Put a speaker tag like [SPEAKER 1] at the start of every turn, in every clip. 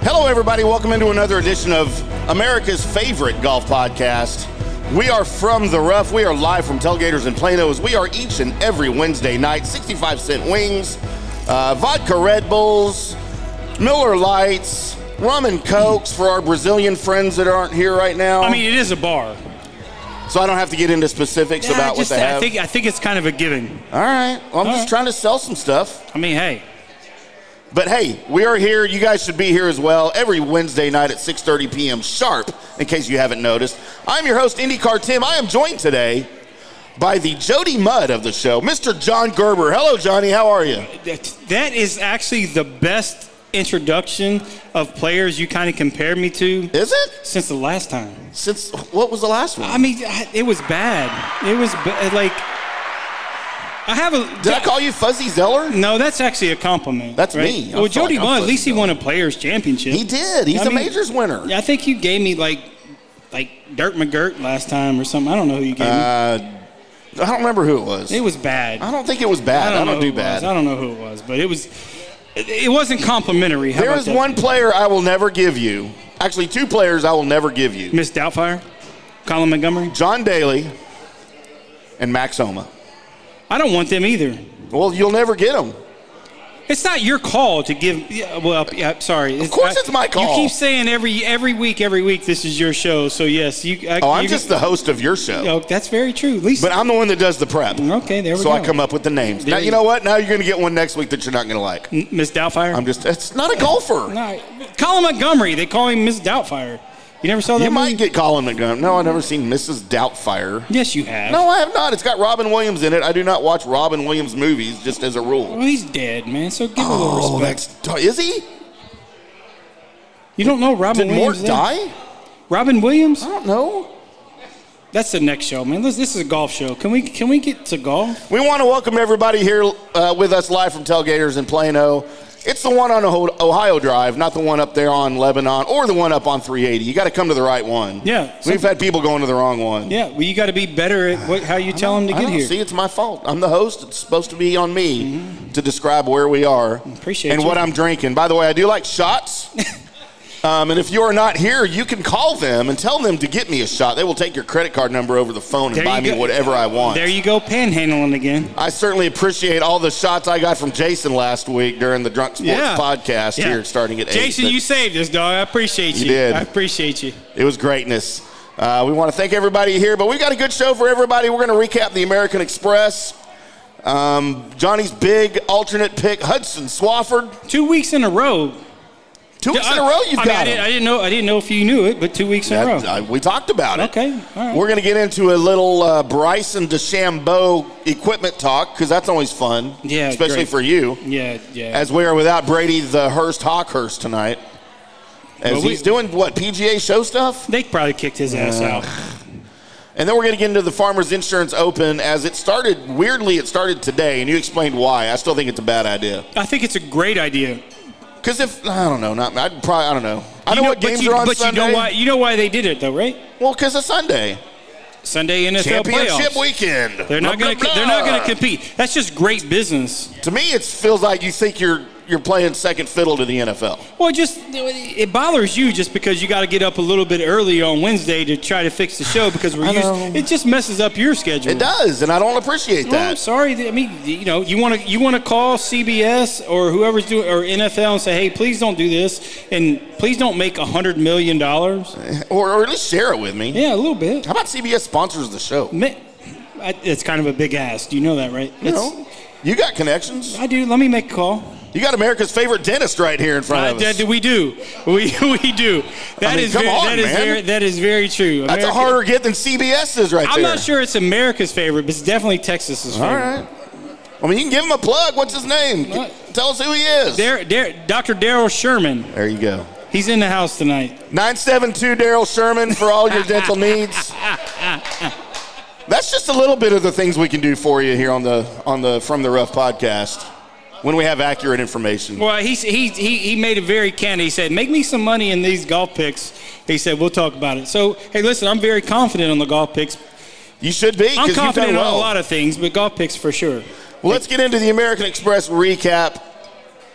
[SPEAKER 1] Hello, everybody. Welcome into another edition of America's favorite golf podcast. We are from the rough. We are live from Tailgaters and Planos. We are each and every Wednesday night. 65 cent wings, uh, vodka Red Bulls, Miller Lights, rum and cokes for our Brazilian friends that aren't here right now.
[SPEAKER 2] I mean, it is a bar.
[SPEAKER 1] so I don't have to get into specifics
[SPEAKER 2] Nah,
[SPEAKER 1] about
[SPEAKER 2] just-
[SPEAKER 1] what they have.
[SPEAKER 2] I think I think it's kind of a given.
[SPEAKER 1] All right. Well, I'm
[SPEAKER 2] All
[SPEAKER 1] just
[SPEAKER 2] right.
[SPEAKER 1] trying to sell some stuff.
[SPEAKER 2] I mean, hey,
[SPEAKER 1] But hey, we are here. You guys should be here as well every Wednesday night at 6:30 p.m. sharp. In case you haven't noticed, I'm your host IndyCar Tim. I am joined today by the Jody Mudd of the show, Mr. John Gerber. Hello, Johnny. How are you?
[SPEAKER 2] that, that is actually the best introduction of players you kind of compared me to
[SPEAKER 1] Is it
[SPEAKER 2] since the last time.
[SPEAKER 1] since what was the last one?
[SPEAKER 2] I mean, I- it was bad. It was ba- like I have a.
[SPEAKER 1] Did I call you Fuzzy Zeller?
[SPEAKER 2] No, that's actually a compliment.
[SPEAKER 1] That's
[SPEAKER 2] right?
[SPEAKER 1] me. I
[SPEAKER 2] Well,
[SPEAKER 1] feel
[SPEAKER 2] Jody
[SPEAKER 1] like I'm
[SPEAKER 2] won. At least he
[SPEAKER 1] putting
[SPEAKER 2] won a Players Championship.
[SPEAKER 1] He did. He's
[SPEAKER 2] I
[SPEAKER 1] a
[SPEAKER 2] mean-
[SPEAKER 1] majors winner.
[SPEAKER 2] Yeah, I think you gave me like like Dirt McGirt last time or something. I don't know who you gave
[SPEAKER 1] Uh, I don't remember who it was.
[SPEAKER 2] me. It was bad.
[SPEAKER 1] I don't think it was bad. I don't,
[SPEAKER 2] know who
[SPEAKER 1] do
[SPEAKER 2] it was.
[SPEAKER 1] bad.
[SPEAKER 2] I don't know who it was, but it was. It it wasn't complimentary. How
[SPEAKER 1] There
[SPEAKER 2] about
[SPEAKER 1] is
[SPEAKER 2] that?
[SPEAKER 1] one player I will never give you. Actually, two players I will never give you.
[SPEAKER 2] Miss Doubtfire, Colin Montgomery.
[SPEAKER 1] John Daly and Max Homa.
[SPEAKER 2] I don't want them either.
[SPEAKER 1] Well, you'll never get them.
[SPEAKER 2] It's not your call to give. yeah, Well, yeah, sorry. Of
[SPEAKER 1] course it's my call.
[SPEAKER 2] You keep saying every every week, every week, this is your show. So yes, you. I,
[SPEAKER 1] Oh, I'm
[SPEAKER 2] you-
[SPEAKER 1] just the host of your show,
[SPEAKER 2] Oh, that's very true. At least.
[SPEAKER 1] but I'm the one that does the prep.
[SPEAKER 2] okay, there we
[SPEAKER 1] So
[SPEAKER 2] go.
[SPEAKER 1] I come up with the names. Now
[SPEAKER 2] There
[SPEAKER 1] you
[SPEAKER 2] you
[SPEAKER 1] know what? Now you're gonna get one next week that you're not gonna like.
[SPEAKER 2] N- Miss Doubtfire.
[SPEAKER 1] I'm just. It's not a golfer.
[SPEAKER 2] no, Colin Montgomery. They call him Miss Doubtfire. You never saw that
[SPEAKER 1] You
[SPEAKER 2] movie?
[SPEAKER 1] might get Colin Montgomery. No, I've never seen Mrs. Doubtfire.
[SPEAKER 2] Yes, you have.
[SPEAKER 1] No, I have not. It's got Robin Williams in it. I do not watch Robin Williams movies, just as a rule.
[SPEAKER 2] Well, he's dead, man. So give him a little
[SPEAKER 1] Oh,
[SPEAKER 2] respect.
[SPEAKER 1] that's is he?
[SPEAKER 2] You don't know Robin
[SPEAKER 1] Did Mort
[SPEAKER 2] Williams? then?
[SPEAKER 1] die? I
[SPEAKER 2] Robin Williams?
[SPEAKER 1] don't know.
[SPEAKER 2] That's the next show, man. This, this is a golf show. Can we can we get to golf?
[SPEAKER 1] We want to welcome everybody here uh, with us live from Tailgaters in Plano. It's the one on Ohio- Ohio Drive, not the one up there on Lebanon or the one up on 380. You got to come to the right one.
[SPEAKER 2] Yeah,
[SPEAKER 1] We've had people going to the wrong one.
[SPEAKER 2] Yeah, well, you got to be better at what, how you tell them to
[SPEAKER 1] I
[SPEAKER 2] get
[SPEAKER 1] don't-
[SPEAKER 2] here.
[SPEAKER 1] See, it's my fault. I'm the host. It's supposed to be on me to describe where we are
[SPEAKER 2] Mm-hmm. Appreciate
[SPEAKER 1] and
[SPEAKER 2] you.
[SPEAKER 1] what I'm drinking. By the way, I do like shots. um, and if you are not here, you can call them and tell them to get me a shot. They will take your credit card number over the phone and
[SPEAKER 2] There
[SPEAKER 1] buy
[SPEAKER 2] you
[SPEAKER 1] me
[SPEAKER 2] go.
[SPEAKER 1] whatever I want.
[SPEAKER 2] There you go, panhandling again.
[SPEAKER 1] I certainly appreciate all the shots I got from Jason last week during the Drunk Sports
[SPEAKER 2] Yeah.
[SPEAKER 1] podcast
[SPEAKER 2] Yeah.
[SPEAKER 1] here, starting at
[SPEAKER 2] Jason,
[SPEAKER 1] eight.
[SPEAKER 2] you saved us, dog. I appreciate you.
[SPEAKER 1] did.
[SPEAKER 2] I appreciate you.
[SPEAKER 1] But It was greatness. Uh, we want to thank everybody here, but we've got a good show for everybody. We're going to recap the American Express, um, Johnny's big alternate pick, Hudson Swafford.
[SPEAKER 2] Two weeks in a row.
[SPEAKER 1] Two weeks
[SPEAKER 2] I,
[SPEAKER 1] in a row, you've
[SPEAKER 2] I mean, I
[SPEAKER 1] got
[SPEAKER 2] didn't, I
[SPEAKER 1] him.
[SPEAKER 2] didn't know. I didn't know if you knew it, but two weeks in a row.
[SPEAKER 1] That- I- we talked about it.
[SPEAKER 2] okay, all right.
[SPEAKER 1] We're going to get into a little uh, Bryson DeChambeau equipment talk because that's always fun,
[SPEAKER 2] Yeah,
[SPEAKER 1] especially
[SPEAKER 2] great.
[SPEAKER 1] for you.
[SPEAKER 2] yeah, yeah.
[SPEAKER 1] as we are without Brady the Hurst Hawkhurst tonight. As
[SPEAKER 2] Well, we-
[SPEAKER 1] he's doing what PGA show stuff,
[SPEAKER 2] they probably kicked his ass out.
[SPEAKER 1] and then we're going to get into the Farmers Insurance Open. As it started weirdly, it started today, and you explained why. I still think it's a bad idea
[SPEAKER 2] I think it's a great idea.
[SPEAKER 1] because if I don't know, not I'd probably I don't know. I know,
[SPEAKER 2] You
[SPEAKER 1] what
[SPEAKER 2] but
[SPEAKER 1] games
[SPEAKER 2] you,
[SPEAKER 1] are on
[SPEAKER 2] but
[SPEAKER 1] Sunday.
[SPEAKER 2] you know why? You know why they did it though, right?
[SPEAKER 1] Well, because it's Sunday
[SPEAKER 2] Sunday NFL
[SPEAKER 1] championship
[SPEAKER 2] playoffs.
[SPEAKER 1] weekend.
[SPEAKER 2] They're not
[SPEAKER 1] Blah,
[SPEAKER 2] going
[SPEAKER 1] blah,
[SPEAKER 2] to. They're not
[SPEAKER 1] blah.
[SPEAKER 2] going to compete. That's just great business.
[SPEAKER 1] To me, it feels like you think you're you're playing second fiddle to the NFL.
[SPEAKER 2] Well, just it bothers you just because you got to get up a little bit early on Wednesday to try to fix the show because we're
[SPEAKER 1] I
[SPEAKER 2] used.
[SPEAKER 1] know.
[SPEAKER 2] It just messes up your schedule.
[SPEAKER 1] It does, and I don't appreciate
[SPEAKER 2] Well, I'm
[SPEAKER 1] that.
[SPEAKER 2] sorry. I mean, you know, you want to you want to call CBS or whoever's doing or NFL and say, hey, please don't do this and please don't make a hundred million dollars.
[SPEAKER 1] Or, or at least share it with me.
[SPEAKER 2] Yeah, a little bit.
[SPEAKER 1] How about CBS sponsors the show?
[SPEAKER 2] Ma- I, it's kind of a big ass. You know that, right?
[SPEAKER 1] You
[SPEAKER 2] It's-
[SPEAKER 1] know, you got connections.
[SPEAKER 2] I do. Let me make a call.
[SPEAKER 1] You got America's favorite dentist right here in front
[SPEAKER 2] Uh,
[SPEAKER 1] of us.
[SPEAKER 2] that, we do. We, we do. That
[SPEAKER 1] mean,
[SPEAKER 2] is
[SPEAKER 1] come
[SPEAKER 2] very,
[SPEAKER 1] on,
[SPEAKER 2] that is
[SPEAKER 1] man.
[SPEAKER 2] very that is very true.
[SPEAKER 1] That's a
[SPEAKER 2] America-
[SPEAKER 1] harder get than CBS is right
[SPEAKER 2] I'm
[SPEAKER 1] there.
[SPEAKER 2] not sure it's America's favorite, but it's definitely Texas's
[SPEAKER 1] All
[SPEAKER 2] favorite.
[SPEAKER 1] right. I mean, you can give him a plug. What's his name?
[SPEAKER 2] What?
[SPEAKER 1] Tell us who he is.
[SPEAKER 2] Dar- Dar- Dr. Daryl Sherman.
[SPEAKER 1] there you go.
[SPEAKER 2] He's in the house tonight.
[SPEAKER 1] 972 Daryl Sherman for all your dental needs. That's just a little bit of the things we can do for you here on the on the From the Rough podcast when we have accurate information.
[SPEAKER 2] Well, he, he, he, he made it very candid. He said, Make me some money in these golf picks. He said, We'll talk about it. So, hey, listen, I'm very confident on the golf picks.
[SPEAKER 1] You should be
[SPEAKER 2] I'm
[SPEAKER 1] because you've
[SPEAKER 2] confident
[SPEAKER 1] done well.
[SPEAKER 2] on a lot of things, but golf picks for sure.
[SPEAKER 1] Well, let's get into the American Express recap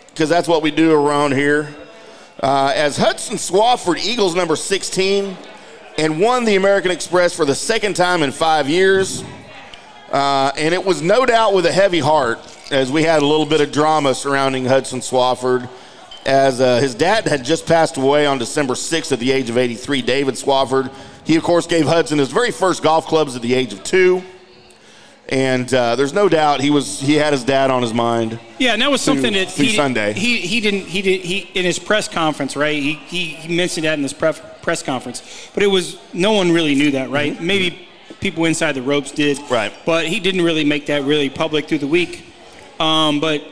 [SPEAKER 1] because that's what we do around here. Uh, as Hudson Swafford, Eagles number 16, and won the American Express for the second time in five years. Uh, and it was no doubt with a heavy heart as we had a little bit of drama surrounding Hudson Swafford. As uh, his dad had just passed away on December 6th at the age of 83, David Swafford. He, of course, gave Hudson his very first golf clubs at the age of two and uh, there's no doubt he was he had his dad on his mind.
[SPEAKER 2] Yeah, and that was something that
[SPEAKER 1] through
[SPEAKER 2] he,
[SPEAKER 1] Sunday.
[SPEAKER 2] He he didn't he did he in his press conference, right? He he, he mentioned that in his pref, press conference, but it was no one really knew that, right? Maybe people inside the ropes did,
[SPEAKER 1] Mm-hmm. Right.
[SPEAKER 2] But he didn't really make that really public through the week. Um, but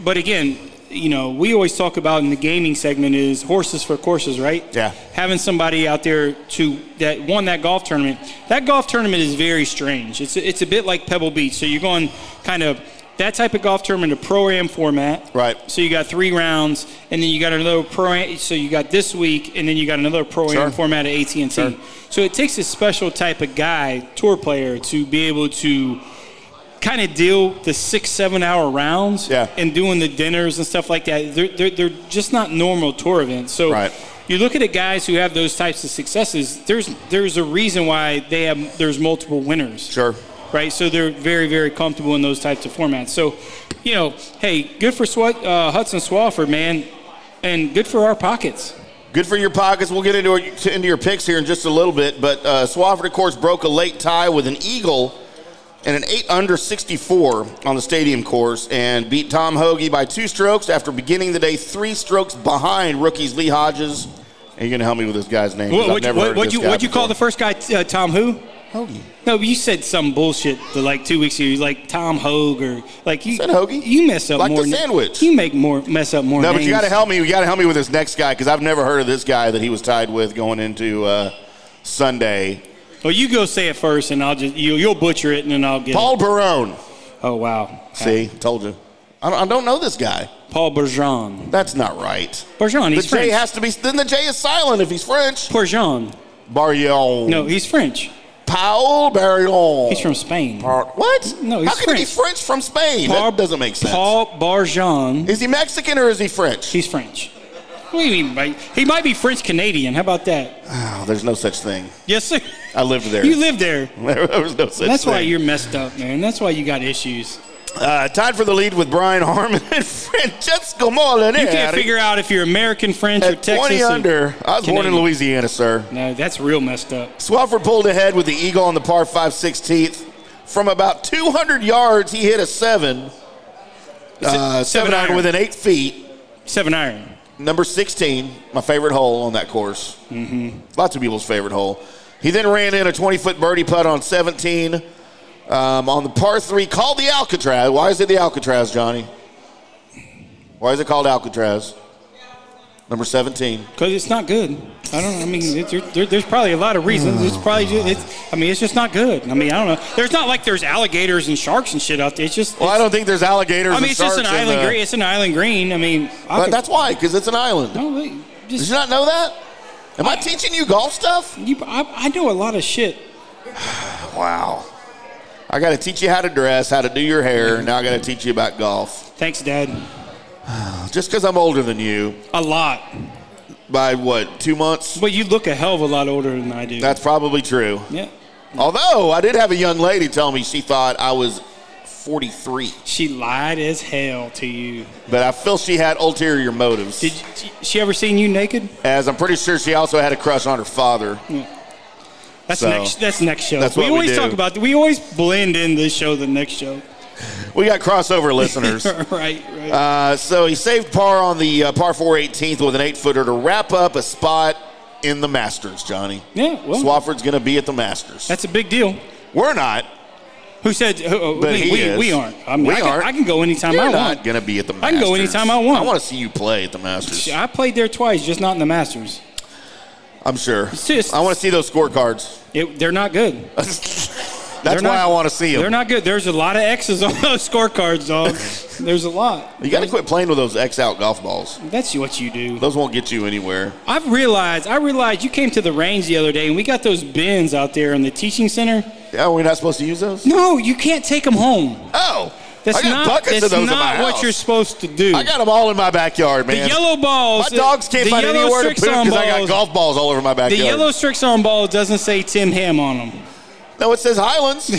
[SPEAKER 2] but again, you know, we always talk about in the gaming segment is horses for courses, right?
[SPEAKER 1] Yeah.
[SPEAKER 2] Having somebody out there to that won that golf tournament. That golf tournament is very strange. It's it's a bit like Pebble Beach. So you're going kind of that type of golf tournament, a pro am format.
[SPEAKER 1] Right.
[SPEAKER 2] So you got three rounds, and then you got another pro. So you got this week, and then you got another pro am
[SPEAKER 1] Sure.
[SPEAKER 2] format at AT and
[SPEAKER 1] Sure.
[SPEAKER 2] T. So it takes a special type of guy, tour player, to be able to kind of deal the six, seven hour rounds
[SPEAKER 1] Yeah.
[SPEAKER 2] and doing the dinners and stuff like that. They're, they're, they're just not normal tour events. So
[SPEAKER 1] Right.
[SPEAKER 2] you look at the guys who have those types of successes, there's, there's a reason why they have, there's multiple winners
[SPEAKER 1] Sure.
[SPEAKER 2] right? So they're very, very comfortable in those types of formats. So, you know, hey, good for Swa- uh, Hudson Swafford, man, and good for our pockets.
[SPEAKER 1] Good for your pockets. We'll get into our, to, into your picks here in just a little bit. But uh, Swafford, of course, broke a late tie with an eagle and an eight under 64 on the stadium course, and beat Tom Hoagie by two strokes after beginning the day three strokes behind rookies Lee Hodges. And you're gonna help me with this guy's name. 'cause
[SPEAKER 2] What
[SPEAKER 1] I've
[SPEAKER 2] would
[SPEAKER 1] never heard of this
[SPEAKER 2] you
[SPEAKER 1] guy
[SPEAKER 2] what you call the
[SPEAKER 1] before.
[SPEAKER 2] first guy, uh, Tom? Who?
[SPEAKER 1] Hoagie?
[SPEAKER 2] No, but you said some bullshit the, like two weeks ago. You like Tom Hogue or like you
[SPEAKER 1] Said Hoagie.
[SPEAKER 2] You mess up
[SPEAKER 1] Like
[SPEAKER 2] more.
[SPEAKER 1] the
[SPEAKER 2] na-
[SPEAKER 1] sandwich.
[SPEAKER 2] You make more mess up more.
[SPEAKER 1] No, but you got to
[SPEAKER 2] names.
[SPEAKER 1] help me. You got to help me with this next guy because I've never heard of this guy that he was tied with going into uh, Sunday.
[SPEAKER 2] Well, you go say it first, and I'll just you, you'll butcher it, and then I'll get. it.
[SPEAKER 1] Paul Barone.
[SPEAKER 2] Oh wow.
[SPEAKER 1] See, told you. I don't, I don't know this guy.
[SPEAKER 2] Paul Bergeron.
[SPEAKER 1] That's not right.
[SPEAKER 2] Bergeron.
[SPEAKER 1] The
[SPEAKER 2] He's
[SPEAKER 1] J
[SPEAKER 2] French.
[SPEAKER 1] has to be. Then the J is silent if he's French.
[SPEAKER 2] Bergeron.
[SPEAKER 1] Barillon.
[SPEAKER 2] No, he's French.
[SPEAKER 1] Paul Barillon.
[SPEAKER 2] He's from Spain.
[SPEAKER 1] Par- What?
[SPEAKER 2] No, he's
[SPEAKER 1] How can he be French from Spain?
[SPEAKER 2] Paul-
[SPEAKER 1] that doesn't make sense.
[SPEAKER 2] Paul Barjon.
[SPEAKER 1] Is he Mexican or is he French?
[SPEAKER 2] He's French. What do you mean by he might be French Canadian? How about that?
[SPEAKER 1] Oh, there's no such thing.
[SPEAKER 2] Yes, sir.
[SPEAKER 1] I lived there.
[SPEAKER 2] You live there.
[SPEAKER 1] there was no such
[SPEAKER 2] That's
[SPEAKER 1] thing.
[SPEAKER 2] why you're messed up, man. That's why you got issues.
[SPEAKER 1] Uh, tied for the lead with Brian Harmon and Francesco Molinari.
[SPEAKER 2] You can't figure out if you're American French or
[SPEAKER 1] at
[SPEAKER 2] Texas.
[SPEAKER 1] 20
[SPEAKER 2] or-
[SPEAKER 1] under. I was born in
[SPEAKER 2] Canadian.
[SPEAKER 1] Louisiana, sir.
[SPEAKER 2] No, that's real messed up.
[SPEAKER 1] Swafford pulled ahead with the eagle on the par 5 16th. From about 200 yards, he hit a 7. Uh, 7,
[SPEAKER 2] seven
[SPEAKER 1] iron
[SPEAKER 2] iron.
[SPEAKER 1] with an 8 feet.
[SPEAKER 2] Seven iron.
[SPEAKER 1] Number 16, my favorite hole on that course. Lots of people's favorite hole. He then ran in a 20 foot birdie putt on 17 um, on the par 3 called the Alcatraz. Why is it the Alcatraz, Johnny? Why is it called Alcatraz? Number 17.
[SPEAKER 2] Because it's not good. I don't. I mean, it's, there, there's probably a lot of reasons. It's probably. Just, it's. I mean, it's just not good. I mean, I don't know. There's not like there's alligators and sharks and shit out there. It's just.
[SPEAKER 1] Well, I don't think there's alligators.
[SPEAKER 2] I mean,
[SPEAKER 1] and
[SPEAKER 2] it's just an
[SPEAKER 1] sharks in
[SPEAKER 2] island
[SPEAKER 1] the-
[SPEAKER 2] green. It's an island green. I mean, I
[SPEAKER 1] But
[SPEAKER 2] could-
[SPEAKER 1] that's why, because it's an island.
[SPEAKER 2] no, wait, just
[SPEAKER 1] Did you not know that? Am I teaching you golf stuff?
[SPEAKER 2] You, I, I know a lot of shit.
[SPEAKER 1] Wow. I got to teach you how to dress, how to do your hair. Now I got to teach you about golf.
[SPEAKER 2] Thanks, Dad.
[SPEAKER 1] Just because I'm older than you
[SPEAKER 2] A lot.
[SPEAKER 1] by what, two months?
[SPEAKER 2] But you look a hell of a lot older than I do.
[SPEAKER 1] That's probably true.
[SPEAKER 2] yeah.
[SPEAKER 1] Although I did have a young lady tell me she thought I was 43,
[SPEAKER 2] She lied as hell to you.
[SPEAKER 1] but I feel she had ulterior motives.
[SPEAKER 2] Did you, she ever seen you naked?
[SPEAKER 1] As I'm pretty sure she also had a crush on her father.
[SPEAKER 2] That's
[SPEAKER 1] So,
[SPEAKER 2] next. That's next show.
[SPEAKER 1] that's
[SPEAKER 2] we
[SPEAKER 1] what we
[SPEAKER 2] always
[SPEAKER 1] do.
[SPEAKER 2] talk about. We always blend in this show, the next show.
[SPEAKER 1] We got crossover listeners.
[SPEAKER 2] right. Right.
[SPEAKER 1] Uh, so he saved par on the uh, par 4 18th with an eight footer to wrap up a spot in the Masters, Johnny.
[SPEAKER 2] yeah. Well,
[SPEAKER 1] Swafford's going to be at the Masters.
[SPEAKER 2] that's a big deal.
[SPEAKER 1] We're not.
[SPEAKER 2] Who said? Who, oh,
[SPEAKER 1] But
[SPEAKER 2] we,
[SPEAKER 1] he
[SPEAKER 2] we,
[SPEAKER 1] is.
[SPEAKER 2] we aren't. I mean,
[SPEAKER 1] We
[SPEAKER 2] I, can,
[SPEAKER 1] aren't.
[SPEAKER 2] I can go anytime
[SPEAKER 1] You're
[SPEAKER 2] I
[SPEAKER 1] not
[SPEAKER 2] want.
[SPEAKER 1] gonna be at the. Masters.
[SPEAKER 2] I can go anytime I want.
[SPEAKER 1] I want to see you play at the Masters.
[SPEAKER 2] I played there twice, just not in the Masters.
[SPEAKER 1] I'm sure.
[SPEAKER 2] just-
[SPEAKER 1] I want to see those scorecards.
[SPEAKER 2] It, they're not good.
[SPEAKER 1] That's
[SPEAKER 2] They're
[SPEAKER 1] why
[SPEAKER 2] not-
[SPEAKER 1] I want to see
[SPEAKER 2] They're
[SPEAKER 1] them.
[SPEAKER 2] not good. There's a lot of X's on those scorecards, dog. There's a lot.
[SPEAKER 1] You got to quit playing with those X out golf balls.
[SPEAKER 2] That's what you do.
[SPEAKER 1] Those won't get you anywhere.
[SPEAKER 2] I've realized. I realized you came to the range the other day, and we got those bins out there in the teaching center.
[SPEAKER 1] Yeah, Oh, we're not supposed to use those.
[SPEAKER 2] No, you can't take them home.
[SPEAKER 1] Oh,
[SPEAKER 2] That's
[SPEAKER 1] I got
[SPEAKER 2] not.
[SPEAKER 1] buckets
[SPEAKER 2] That's
[SPEAKER 1] of those in my
[SPEAKER 2] not what
[SPEAKER 1] house.
[SPEAKER 2] you're supposed to do.
[SPEAKER 1] I got them all in my backyard,
[SPEAKER 2] the
[SPEAKER 1] man.
[SPEAKER 2] yellow
[SPEAKER 1] my
[SPEAKER 2] balls.
[SPEAKER 1] dogs can't
[SPEAKER 2] the
[SPEAKER 1] find
[SPEAKER 2] yellow
[SPEAKER 1] anywhere to poop
[SPEAKER 2] Strixon
[SPEAKER 1] because I got
[SPEAKER 2] balls-
[SPEAKER 1] golf balls all over my
[SPEAKER 2] The
[SPEAKER 1] backyard.
[SPEAKER 2] yellow Strixon ball doesn't say Tim Ham on them.
[SPEAKER 1] no, it says Highlands.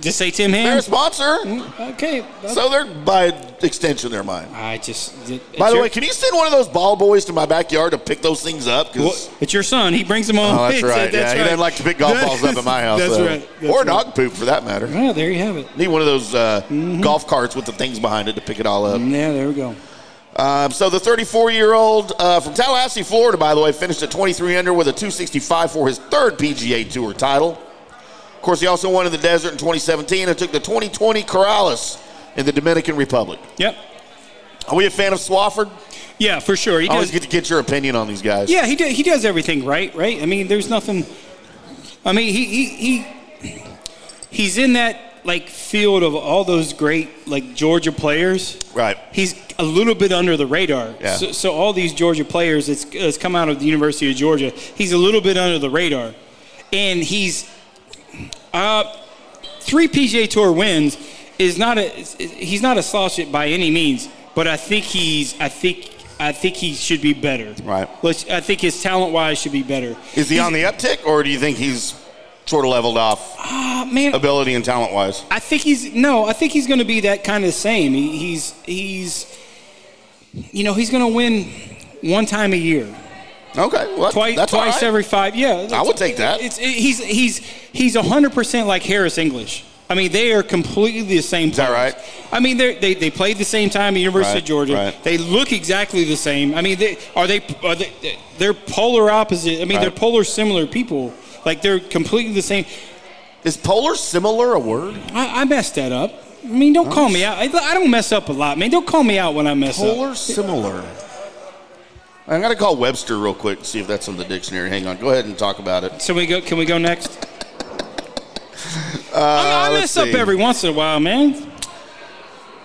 [SPEAKER 2] Just say Tim
[SPEAKER 1] They're
[SPEAKER 2] Ham.
[SPEAKER 1] a sponsor,
[SPEAKER 2] Okay.
[SPEAKER 1] so they're by extension they're mine.
[SPEAKER 2] I just. it's
[SPEAKER 1] By the
[SPEAKER 2] your-
[SPEAKER 1] way, can you send one of those ball boys to my backyard to pick those things up? 'Cause-
[SPEAKER 2] Well, it's your son. He brings them on.
[SPEAKER 1] oh, that's
[SPEAKER 2] It's-
[SPEAKER 1] right. yeah, he doesn't like to pick golf balls up at my house.
[SPEAKER 2] That's
[SPEAKER 1] though.
[SPEAKER 2] right. That's
[SPEAKER 1] or
[SPEAKER 2] right.
[SPEAKER 1] dog poop, for that matter.
[SPEAKER 2] Yeah, there you have it.
[SPEAKER 1] Need one of those uh,
[SPEAKER 2] Mm-hmm.
[SPEAKER 1] golf carts with the things behind it to pick it all up.
[SPEAKER 2] Yeah, there we go.
[SPEAKER 1] Um, so the 34-year-old uh, from Tallahassee, Florida, by the way, finished at 23 under with a 265 for his third PGA Tour title. Of course, he also won in the desert in 2017 and took the 2020 Corrales in the Dominican Republic.
[SPEAKER 2] Yep.
[SPEAKER 1] Are we a fan of Swafford?
[SPEAKER 2] Yeah, for sure. He
[SPEAKER 1] I always
[SPEAKER 2] does.
[SPEAKER 1] get to get your opinion on these guys.
[SPEAKER 2] Yeah, he do, he does everything right, right? I mean, there's nothing. I mean, he he, he he's in that like field of all those great like Georgia players.
[SPEAKER 1] Right.
[SPEAKER 2] He's a little bit under the radar.
[SPEAKER 1] Yeah.
[SPEAKER 2] So, so all these Georgia players that's, that's come out of the University of Georgia, he's a little bit under the radar, and he's uh, three PGA Tour wins is not a is- is- he's not a slouch by any means, but I think he's I think I think he should be better.
[SPEAKER 1] Right.
[SPEAKER 2] Let's, I think his talent wise should be better.
[SPEAKER 1] Is he on the uptick, or do you think he's sort of leveled off
[SPEAKER 2] Uh, man,
[SPEAKER 1] ability and talent-wise?
[SPEAKER 2] I think he's no. I think he's going to be that kind of same. He, he's he's, you know, he's going to win one time a year,
[SPEAKER 1] Okay, well,
[SPEAKER 2] twice
[SPEAKER 1] that's all
[SPEAKER 2] twice
[SPEAKER 1] right.
[SPEAKER 2] every five. Yeah,
[SPEAKER 1] I would take that.
[SPEAKER 2] It's he's he's he's hundred percent like Harris English. I mean, they are completely the same. Is
[SPEAKER 1] that right?
[SPEAKER 2] I mean, they're- they they played the same time at University
[SPEAKER 1] Right,
[SPEAKER 2] of Georgia.
[SPEAKER 1] right.
[SPEAKER 2] They look exactly the same. I mean, they are they are they they're polar opposite. I mean, they're
[SPEAKER 1] Right.
[SPEAKER 2] polar similar people. Like they're completely the same.
[SPEAKER 1] Is polar similar a word?
[SPEAKER 2] I, I messed that up. I mean, don't call me out. I, I don't mess up a lot, man. Don't call me out when I mess up.
[SPEAKER 1] Polar similar. I gotta call Webster real quick and see if that's in the dictionary. Hang on, go ahead and talk about it.
[SPEAKER 2] So we go. Can we go next? I, mean, I
[SPEAKER 1] Uh, let's
[SPEAKER 2] mess up
[SPEAKER 1] see.
[SPEAKER 2] every once in a while, man.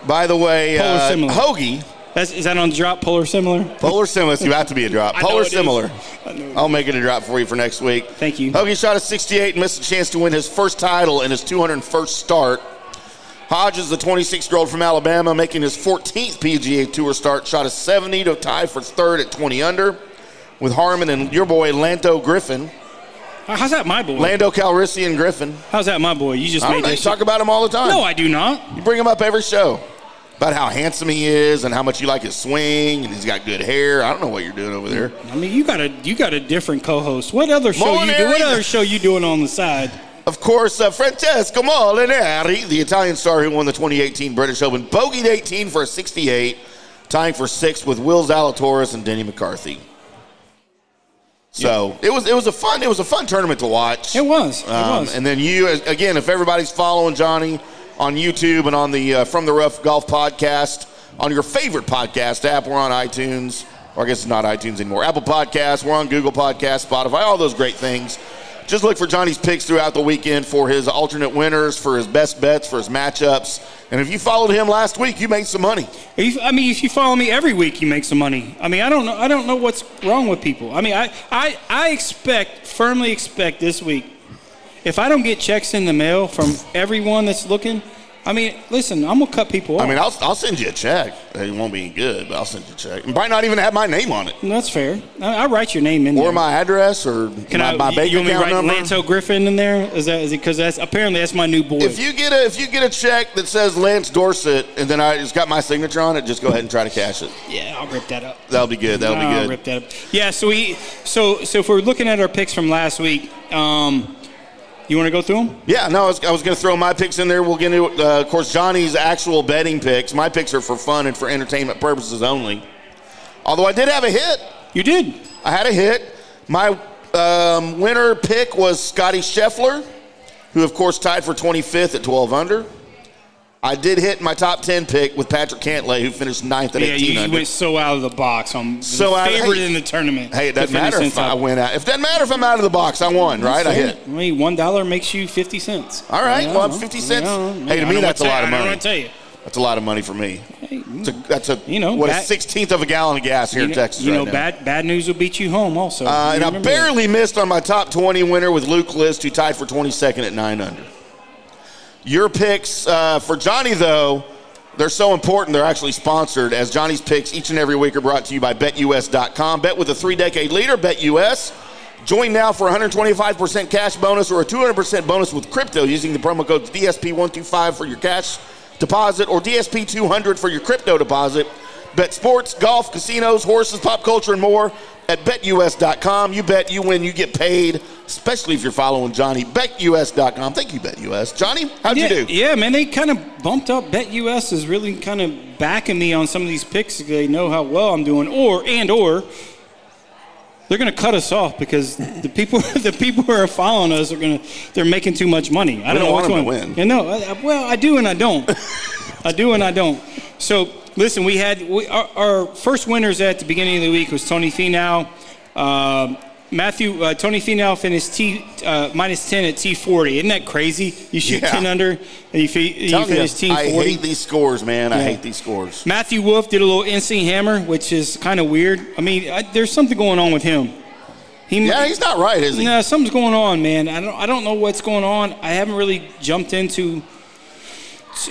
[SPEAKER 1] By the way,
[SPEAKER 2] Polar
[SPEAKER 1] uh,
[SPEAKER 2] similar.
[SPEAKER 1] hoagie,
[SPEAKER 2] That's, is that on drop polar similar?
[SPEAKER 1] polar similar, it's about to be a drop.
[SPEAKER 2] I know
[SPEAKER 1] Polar
[SPEAKER 2] it is.
[SPEAKER 1] similar.
[SPEAKER 2] I know it
[SPEAKER 1] I'll make it a drop for you for next week.
[SPEAKER 2] Thank you.
[SPEAKER 1] Hoagie shot a 68 and missed a chance to win his first title in his 201st start. Hodge is the 26 year old from Alabama, making his 14th PGA Tour start. Shot a 70 to tie for third at 20 under with Harmon and your boy Lanto Griffin.
[SPEAKER 2] How's that my boy?
[SPEAKER 1] Lando Calrissian Griffin.
[SPEAKER 2] How's that my boy? You just
[SPEAKER 1] I don't
[SPEAKER 2] made
[SPEAKER 1] know. You
[SPEAKER 2] that. shit-
[SPEAKER 1] talk about him all the time.
[SPEAKER 2] No, I do not.
[SPEAKER 1] you bring him up every show about how handsome he is and how much you like his swing and he's got good hair. I don't know what you're doing over there.
[SPEAKER 2] I mean, you got a you got a different co-host. What other show you do?
[SPEAKER 1] Molinari.
[SPEAKER 2] What other show you doing on the side?
[SPEAKER 1] Of course, uh, Francesco Molinari, the Italian star who won the 2018 British Open, bogeyed 18 for a 68, tying for sixth with Will Zalatoris and Denny McCarthy. So it was it was a fun it was a fun tournament to watch.
[SPEAKER 2] It was. It
[SPEAKER 1] Um,
[SPEAKER 2] was.
[SPEAKER 1] And then you, as- again, if everybody's following Johnny on YouTube and on the uh, From the Rough Golf podcast, on your favorite podcast app, we're on iTunes, or I guess it's not iTunes anymore, Apple Podcasts, we're on Google Podcasts, Spotify, all those great things. Just look for Johnny's picks throughout the weekend for his alternate winners, for his best bets, for his matchups. And if you followed him last week, you made some money.
[SPEAKER 2] If, I mean, if you follow me every week, you make some money. I mean, I don't know. I don't know what's wrong with people. I mean, I, I, I expect firmly expect this week. If I don't get checks in the mail from everyone that's looking, I mean, listen, I'm gonna cut people off.
[SPEAKER 1] I mean, I'll, I'll send you a check. It won't be good, but I'll send you a check. It might not even have my name on it,
[SPEAKER 2] And that's fair. I, I write your name in there.
[SPEAKER 1] or my address, or
[SPEAKER 2] Can
[SPEAKER 1] my,
[SPEAKER 2] I,
[SPEAKER 1] my
[SPEAKER 2] you-
[SPEAKER 1] bank
[SPEAKER 2] you want me to
[SPEAKER 1] account
[SPEAKER 2] write
[SPEAKER 1] number.
[SPEAKER 2] Lanto Griffin in there? Is that is it? Because that's apparently that's my new boy.
[SPEAKER 1] If you get a if you get a check that says Lance Dorset and then I just got my signature on it, just go ahead and try to cash it.
[SPEAKER 2] yeah, I'll rip that up.
[SPEAKER 1] That'll be good. That'll
[SPEAKER 2] I'll
[SPEAKER 1] be good.
[SPEAKER 2] Um, rip that up. Yeah. So we so so if we're looking at our picks from last week, um, you want to go through them?
[SPEAKER 1] Yeah, no, I was, I was going to throw my picks in there. We'll get into, uh, of course, Johnny's actual betting picks. My picks are for fun and for entertainment purposes only. Although I did have a hit.
[SPEAKER 2] You did.
[SPEAKER 1] I had a hit. My um, winner pick was Scotty Scheffler. who, of course, tied for 25th at 12 under. I did hit my top 10 pick with Patrick Cantlay, who finished ninth at
[SPEAKER 2] Yeah,
[SPEAKER 1] 18
[SPEAKER 2] you, you
[SPEAKER 1] under.
[SPEAKER 2] went so out of the box. I'm
[SPEAKER 1] So
[SPEAKER 2] so
[SPEAKER 1] out-
[SPEAKER 2] favored
[SPEAKER 1] hey.
[SPEAKER 2] in the tournament.
[SPEAKER 1] Hey, it doesn't
[SPEAKER 2] to finish
[SPEAKER 1] matter if
[SPEAKER 2] inside.
[SPEAKER 1] I win out. If doesn't matter if I'm out of the box, I won, right? I hit.
[SPEAKER 2] I mean, one dollar makes you fifty cents.
[SPEAKER 1] All right,
[SPEAKER 2] I
[SPEAKER 1] well,
[SPEAKER 2] know.
[SPEAKER 1] 50 cents.
[SPEAKER 2] I know.
[SPEAKER 1] Hey, to
[SPEAKER 2] I
[SPEAKER 1] me,
[SPEAKER 2] don't
[SPEAKER 1] that's a
[SPEAKER 2] wanna
[SPEAKER 1] lot of
[SPEAKER 2] tell- I
[SPEAKER 1] money.
[SPEAKER 2] don't want to tell you.
[SPEAKER 1] That's a lot of money for me.
[SPEAKER 2] Hey,
[SPEAKER 1] It's a, that's a
[SPEAKER 2] You know,
[SPEAKER 1] what a
[SPEAKER 2] bad-
[SPEAKER 1] sixteenth of a gallon of gas here
[SPEAKER 2] you
[SPEAKER 1] in
[SPEAKER 2] know,
[SPEAKER 1] Texas
[SPEAKER 2] you
[SPEAKER 1] right
[SPEAKER 2] know
[SPEAKER 1] now.
[SPEAKER 2] bad bad news will beat you home. Also,
[SPEAKER 1] Uh,
[SPEAKER 2] You
[SPEAKER 1] and I
[SPEAKER 2] remember that.
[SPEAKER 1] barely missed on my top 20 winner with Luke List, who tied for 22nd at 9 under. Your picks uh, for Johnny, though, they're so important, they're actually sponsored, as Johnny's picks each and every week are brought to you by BetUS.com. Bet with a three decade leader, BetUS. Join now for 125% cash bonus or a 200% bonus with crypto using the promo code DSP125 for your cash deposit or DSP200 for your crypto deposit. Bet sports, golf, casinos, horses, pop culture, and more at betus.com. You bet, you win, you get paid, especially if you're following Johnny. Betus.com. Thank you, BetUS. Johnny, how'd
[SPEAKER 2] yeah,
[SPEAKER 1] you do?
[SPEAKER 2] Yeah, man, they kind of bumped up. Bet US is really kind of backing me on some of these picks. 'cause They know how well I'm doing, or and or they're going to cut us off because the people the people who are following us are going to they're making too much money. I
[SPEAKER 1] We don't
[SPEAKER 2] don't know
[SPEAKER 1] want
[SPEAKER 2] which
[SPEAKER 1] them
[SPEAKER 2] one.
[SPEAKER 1] to win.
[SPEAKER 2] Yeah, no, I, I- well, I do and I don't. I do and I don't. So listen, we had we, our, our first winners at the beginning of the week was Tony Finau. Um Matthew uh, Tony Finau finished T uh, minus ten at T forty. Isn't that crazy? You shoot
[SPEAKER 1] Yeah.
[SPEAKER 2] ten under and you, fi- you
[SPEAKER 1] Telling you,
[SPEAKER 2] finish T
[SPEAKER 1] I
[SPEAKER 2] forty.
[SPEAKER 1] hate these scores, man. I
[SPEAKER 2] Yeah.
[SPEAKER 1] hate these scores.
[SPEAKER 2] Matthew Wolf did a little NC hammer, which is kind of weird. I mean, I, there's something going on with him. He,
[SPEAKER 1] Yeah, he's not right, is he?
[SPEAKER 2] no, something's going on, man. I don't, I don't know what's going on. I haven't really jumped into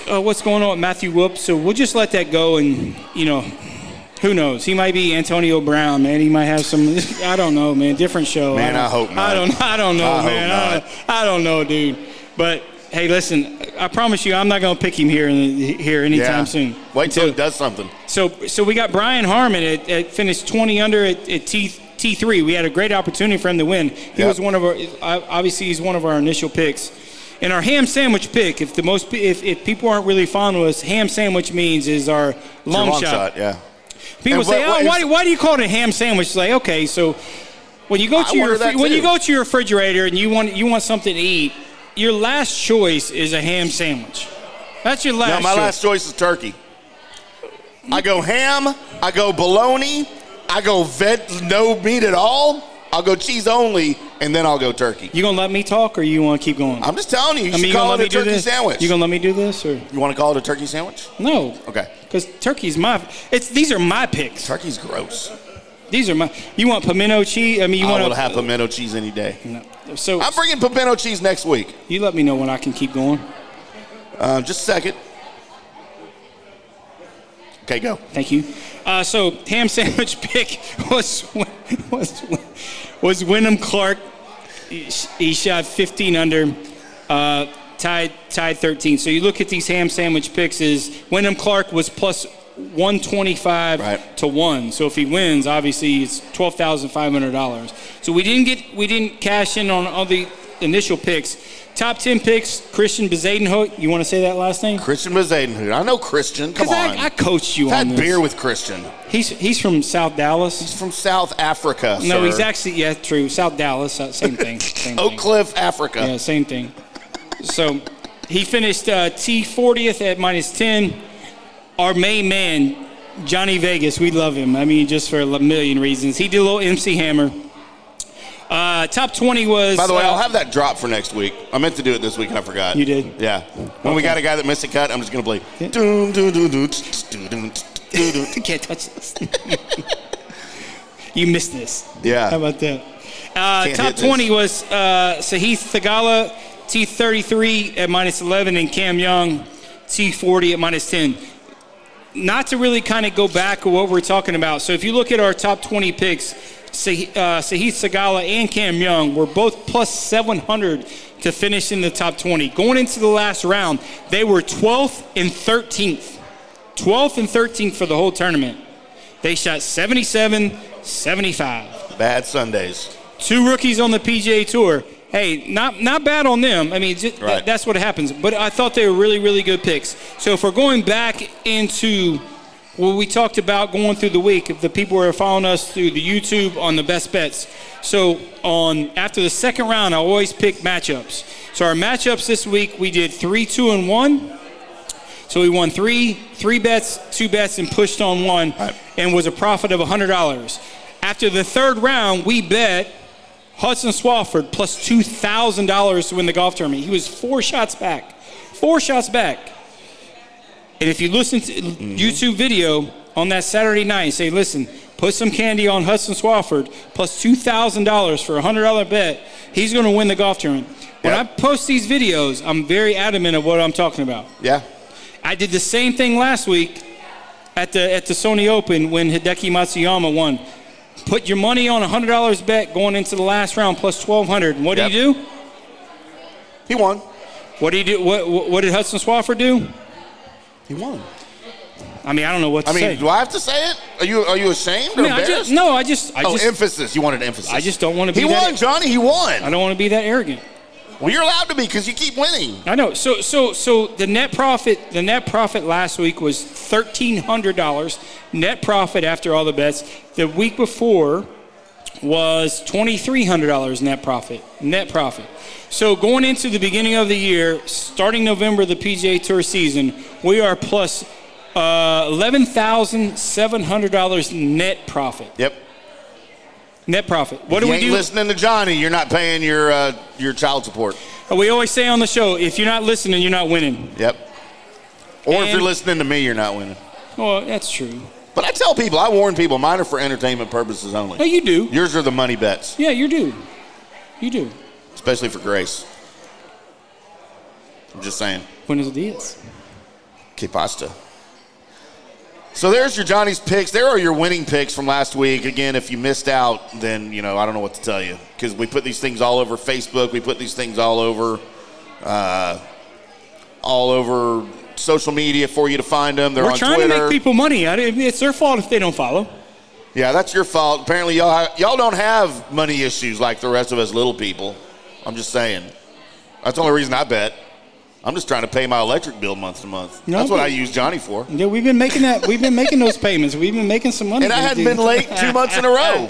[SPEAKER 2] uh, what's going on with Matthew Whoop, so we'll just let that go. And you know, who knows? He might be Antonio Brown, man. He might have some. I don't know, man. Different show.
[SPEAKER 1] Man,
[SPEAKER 2] don't-
[SPEAKER 1] I hope not.
[SPEAKER 2] I don't. I don't know,
[SPEAKER 1] I hope
[SPEAKER 2] man. I,
[SPEAKER 1] not.
[SPEAKER 2] don't, I don't know, dude. But hey, listen. I promise you, I'm not going to pick him here in, here anytime
[SPEAKER 1] Yeah.
[SPEAKER 2] soon.
[SPEAKER 1] Wait till he
[SPEAKER 2] Until-
[SPEAKER 1] does something.
[SPEAKER 2] so, so we got Brian Harmon at, at finished 20 under at, at T T three. We had a great opportunity for him to win. He
[SPEAKER 1] Yeah.
[SPEAKER 2] was one of our ob- obviously he's one of our initial picks. And our ham sandwich pick, if the most pe- if, if people aren't really fond of us, ham sandwich means is our
[SPEAKER 1] It's a
[SPEAKER 2] long, shot.
[SPEAKER 1] yeah.
[SPEAKER 2] People
[SPEAKER 1] And
[SPEAKER 2] say,
[SPEAKER 1] what- what
[SPEAKER 2] oh, why,
[SPEAKER 1] is-
[SPEAKER 2] do- why do you call it a ham sandwich? It's like, okay, so when you go
[SPEAKER 1] I
[SPEAKER 2] to your
[SPEAKER 1] wonder that
[SPEAKER 2] when
[SPEAKER 1] too.
[SPEAKER 2] you go to your refrigerator and you want you want something to eat, your last choice is a ham sandwich. That's your
[SPEAKER 1] No,
[SPEAKER 2] last.
[SPEAKER 1] my
[SPEAKER 2] choice.
[SPEAKER 1] last choice is turkey. I go ham. I go bologna. I go vet, no meat at all. I'll go cheese only, and then I'll go turkey.
[SPEAKER 2] You gonna let me talk, or you want to keep going?
[SPEAKER 1] I'm just telling you, you
[SPEAKER 2] I mean,
[SPEAKER 1] should
[SPEAKER 2] you
[SPEAKER 1] call
[SPEAKER 2] gonna
[SPEAKER 1] it a
[SPEAKER 2] let me do
[SPEAKER 1] turkey
[SPEAKER 2] this?
[SPEAKER 1] sandwich.
[SPEAKER 2] You gonna let me do this or
[SPEAKER 1] You want to call it a turkey sandwich?
[SPEAKER 2] no?
[SPEAKER 1] Okay.
[SPEAKER 2] Because turkey's my. It's these are my picks.
[SPEAKER 1] Turkey's gross.
[SPEAKER 2] These are my. You want pimento cheese? I mean, you
[SPEAKER 1] I
[SPEAKER 2] want
[SPEAKER 1] will have pimento cheese any day.
[SPEAKER 2] No. So
[SPEAKER 1] I'm bringing pimento cheese next week.
[SPEAKER 2] you let me know when I can keep going.
[SPEAKER 1] Uh, just a second. Okay, go.
[SPEAKER 2] Thank you. Uh, so ham sandwich pick was was was Wyndham Clark. He sh- he shot 15 under, uh, tied tied 13. So you look at these ham sandwich picks. Is Wyndham Clark was plus 125
[SPEAKER 1] Right.
[SPEAKER 2] to one. So if he wins, obviously it's twelve thousand five hundred dollars. So we didn't get we didn't cash in on all the initial picks. Top 10 picks: Christian Bezadenhout. You want to say that last name?
[SPEAKER 1] Christian Mazadenhood. I know Christian. Come
[SPEAKER 2] Because
[SPEAKER 1] on.
[SPEAKER 2] I, I coached you
[SPEAKER 1] I've
[SPEAKER 2] on
[SPEAKER 1] had
[SPEAKER 2] this.
[SPEAKER 1] beer with Christian.
[SPEAKER 2] He's he's from South Dallas.
[SPEAKER 1] He's from South Africa.
[SPEAKER 2] No,
[SPEAKER 1] sir.
[SPEAKER 2] he's actually yeah, true. South Dallas, uh, same thing. Same
[SPEAKER 1] Oak
[SPEAKER 2] thing.
[SPEAKER 1] Cliff, Africa.
[SPEAKER 2] Yeah, same thing. So he finished uh, T fortieth at minus ten. Our main man, Johnny Vegas, we love him. I mean, just for a million reasons. He did a little MC Hammer. Uh, top twenty was.
[SPEAKER 1] By the way,
[SPEAKER 2] uh,
[SPEAKER 1] I'll have that drop for next week. I meant to do it this week and I forgot.
[SPEAKER 2] You did?
[SPEAKER 1] Yeah. When we
[SPEAKER 2] Okay.
[SPEAKER 1] got a guy that missed a cut, I'm just gonna play.
[SPEAKER 2] Yeah.
[SPEAKER 1] Doom, doom, doom, doom, tsk, doom, doom, tsk, doom, doom.
[SPEAKER 2] I can't touch this. you missed this.
[SPEAKER 1] Yeah.
[SPEAKER 2] How about that? Uh,
[SPEAKER 1] Can't
[SPEAKER 2] top
[SPEAKER 1] hit this.
[SPEAKER 2] 20 was uh, Sahith Thagala, T33 at minus 11, and Cam Young, T40 at minus 10. Not to really kind of go back to what we're talking about. So if you look at our top 20 picks, Sahith, uh, Sahith Sagala and Cam Young were both plus 700 to finish in the top 20. Going into the last round, they were 12th and 13th. 12th and 13th for the whole tournament. They shot 77, 75.
[SPEAKER 1] Bad Sundays.
[SPEAKER 2] Two rookies on the PGA Tour. Hey, not not bad on them. I mean, just,
[SPEAKER 1] Right.
[SPEAKER 2] that's what happens. But I thought they were really, really good picks. So if we're going back into what we talked about going through the week, if the people were following us through the YouTube on the best bets. So on after the second round, I always pick matchups. So our matchups this week, we did three, two, and one. So we won three, three bets, two bets, and pushed on one,
[SPEAKER 3] Right.
[SPEAKER 2] and was a profit of hundred dollars. After the third round, we bet Hudson Swafford plus two thousand dollars to win the golf tournament. He was four shots back, four shots back. And if you listen to
[SPEAKER 3] Mm-hmm.
[SPEAKER 2] YouTube video on that Saturday night, say, listen, put some candy on Hudson Swafford plus two thousand dollars for a hundred dollar bet. He's going to win the golf tournament. When
[SPEAKER 3] Yep.
[SPEAKER 2] I post these videos, I'm very adamant of what I'm talking about.
[SPEAKER 3] Yeah.
[SPEAKER 2] I did the same thing last week at the at the Sony Open when Hideki Matsuyama won. Put your money on a hundred dollars bet going into the last round plus twelve hundred. And what do you do?
[SPEAKER 3] He won.
[SPEAKER 2] What do you do? What what, what did Hudson Swafford do?
[SPEAKER 3] He won.
[SPEAKER 2] I mean, I don't know what to
[SPEAKER 3] I mean,
[SPEAKER 2] say.
[SPEAKER 3] do I have to say it? Are you are you ashamed
[SPEAKER 2] I
[SPEAKER 3] or
[SPEAKER 2] mean, I
[SPEAKER 3] embarrassed?
[SPEAKER 2] just, no, I just I
[SPEAKER 3] oh,
[SPEAKER 2] just
[SPEAKER 3] emphasis. You wanted emphasis.
[SPEAKER 2] I just don't wanna be
[SPEAKER 3] He
[SPEAKER 2] that-
[SPEAKER 3] won, Johnny. He
[SPEAKER 2] I
[SPEAKER 3] won.
[SPEAKER 2] don't want to be that arrogant.
[SPEAKER 3] Well, you're allowed to be because you keep winning.
[SPEAKER 2] I know. So so so the net profit the net profit last week was thirteen hundred dollars net profit after all the bets. The week before was twenty three hundred dollars net profit net profit. So going into the beginning of the year, starting November the PGA Tour season, we are plus uh, eleven thousand seven hundred dollars net profit.
[SPEAKER 3] Yep.
[SPEAKER 2] Net profit. What do
[SPEAKER 3] you
[SPEAKER 2] we
[SPEAKER 3] ain't
[SPEAKER 2] do?
[SPEAKER 3] listening to Johnny. You're not paying your uh, your child support.
[SPEAKER 2] We always say on the show, if you're not listening, you're not winning.
[SPEAKER 3] Yep. Or if
[SPEAKER 2] And-
[SPEAKER 3] you're listening to me, you're not winning.
[SPEAKER 2] Well, that's true.
[SPEAKER 3] But I tell people, I warn people, mine are for entertainment purposes
[SPEAKER 2] No,
[SPEAKER 3] only.
[SPEAKER 2] you do.
[SPEAKER 3] Yours are the money bets,
[SPEAKER 2] Yeah, you do. You do.
[SPEAKER 3] especially for Grace. I'm just saying.
[SPEAKER 2] Buenos dias.
[SPEAKER 3] Que pasta. So there's your Johnny's picks. There are your winning picks from last week. Again, if you missed out, then you know I don't know what to tell you because we put these things all over Facebook. We put these things all over, uh, all over social media for you to find them. They're
[SPEAKER 2] We're
[SPEAKER 3] on
[SPEAKER 2] trying
[SPEAKER 3] Twitter.
[SPEAKER 2] to make people money. I, didn't- it's their fault if they don't follow.
[SPEAKER 3] yeah, that's your fault. Apparently, y'all ha- y'all don't have money issues like the rest of us little people. I'm just saying. That's the only reason I bet. I'm just trying to pay my electric bill month to month.
[SPEAKER 2] No,
[SPEAKER 3] that's what
[SPEAKER 2] but-
[SPEAKER 3] I use Johnny for.
[SPEAKER 2] Yeah, we've been making that. We've been making those payments. We've been making some money.
[SPEAKER 3] and I
[SPEAKER 2] these
[SPEAKER 3] hadn't
[SPEAKER 2] days.
[SPEAKER 3] been late two months in a row.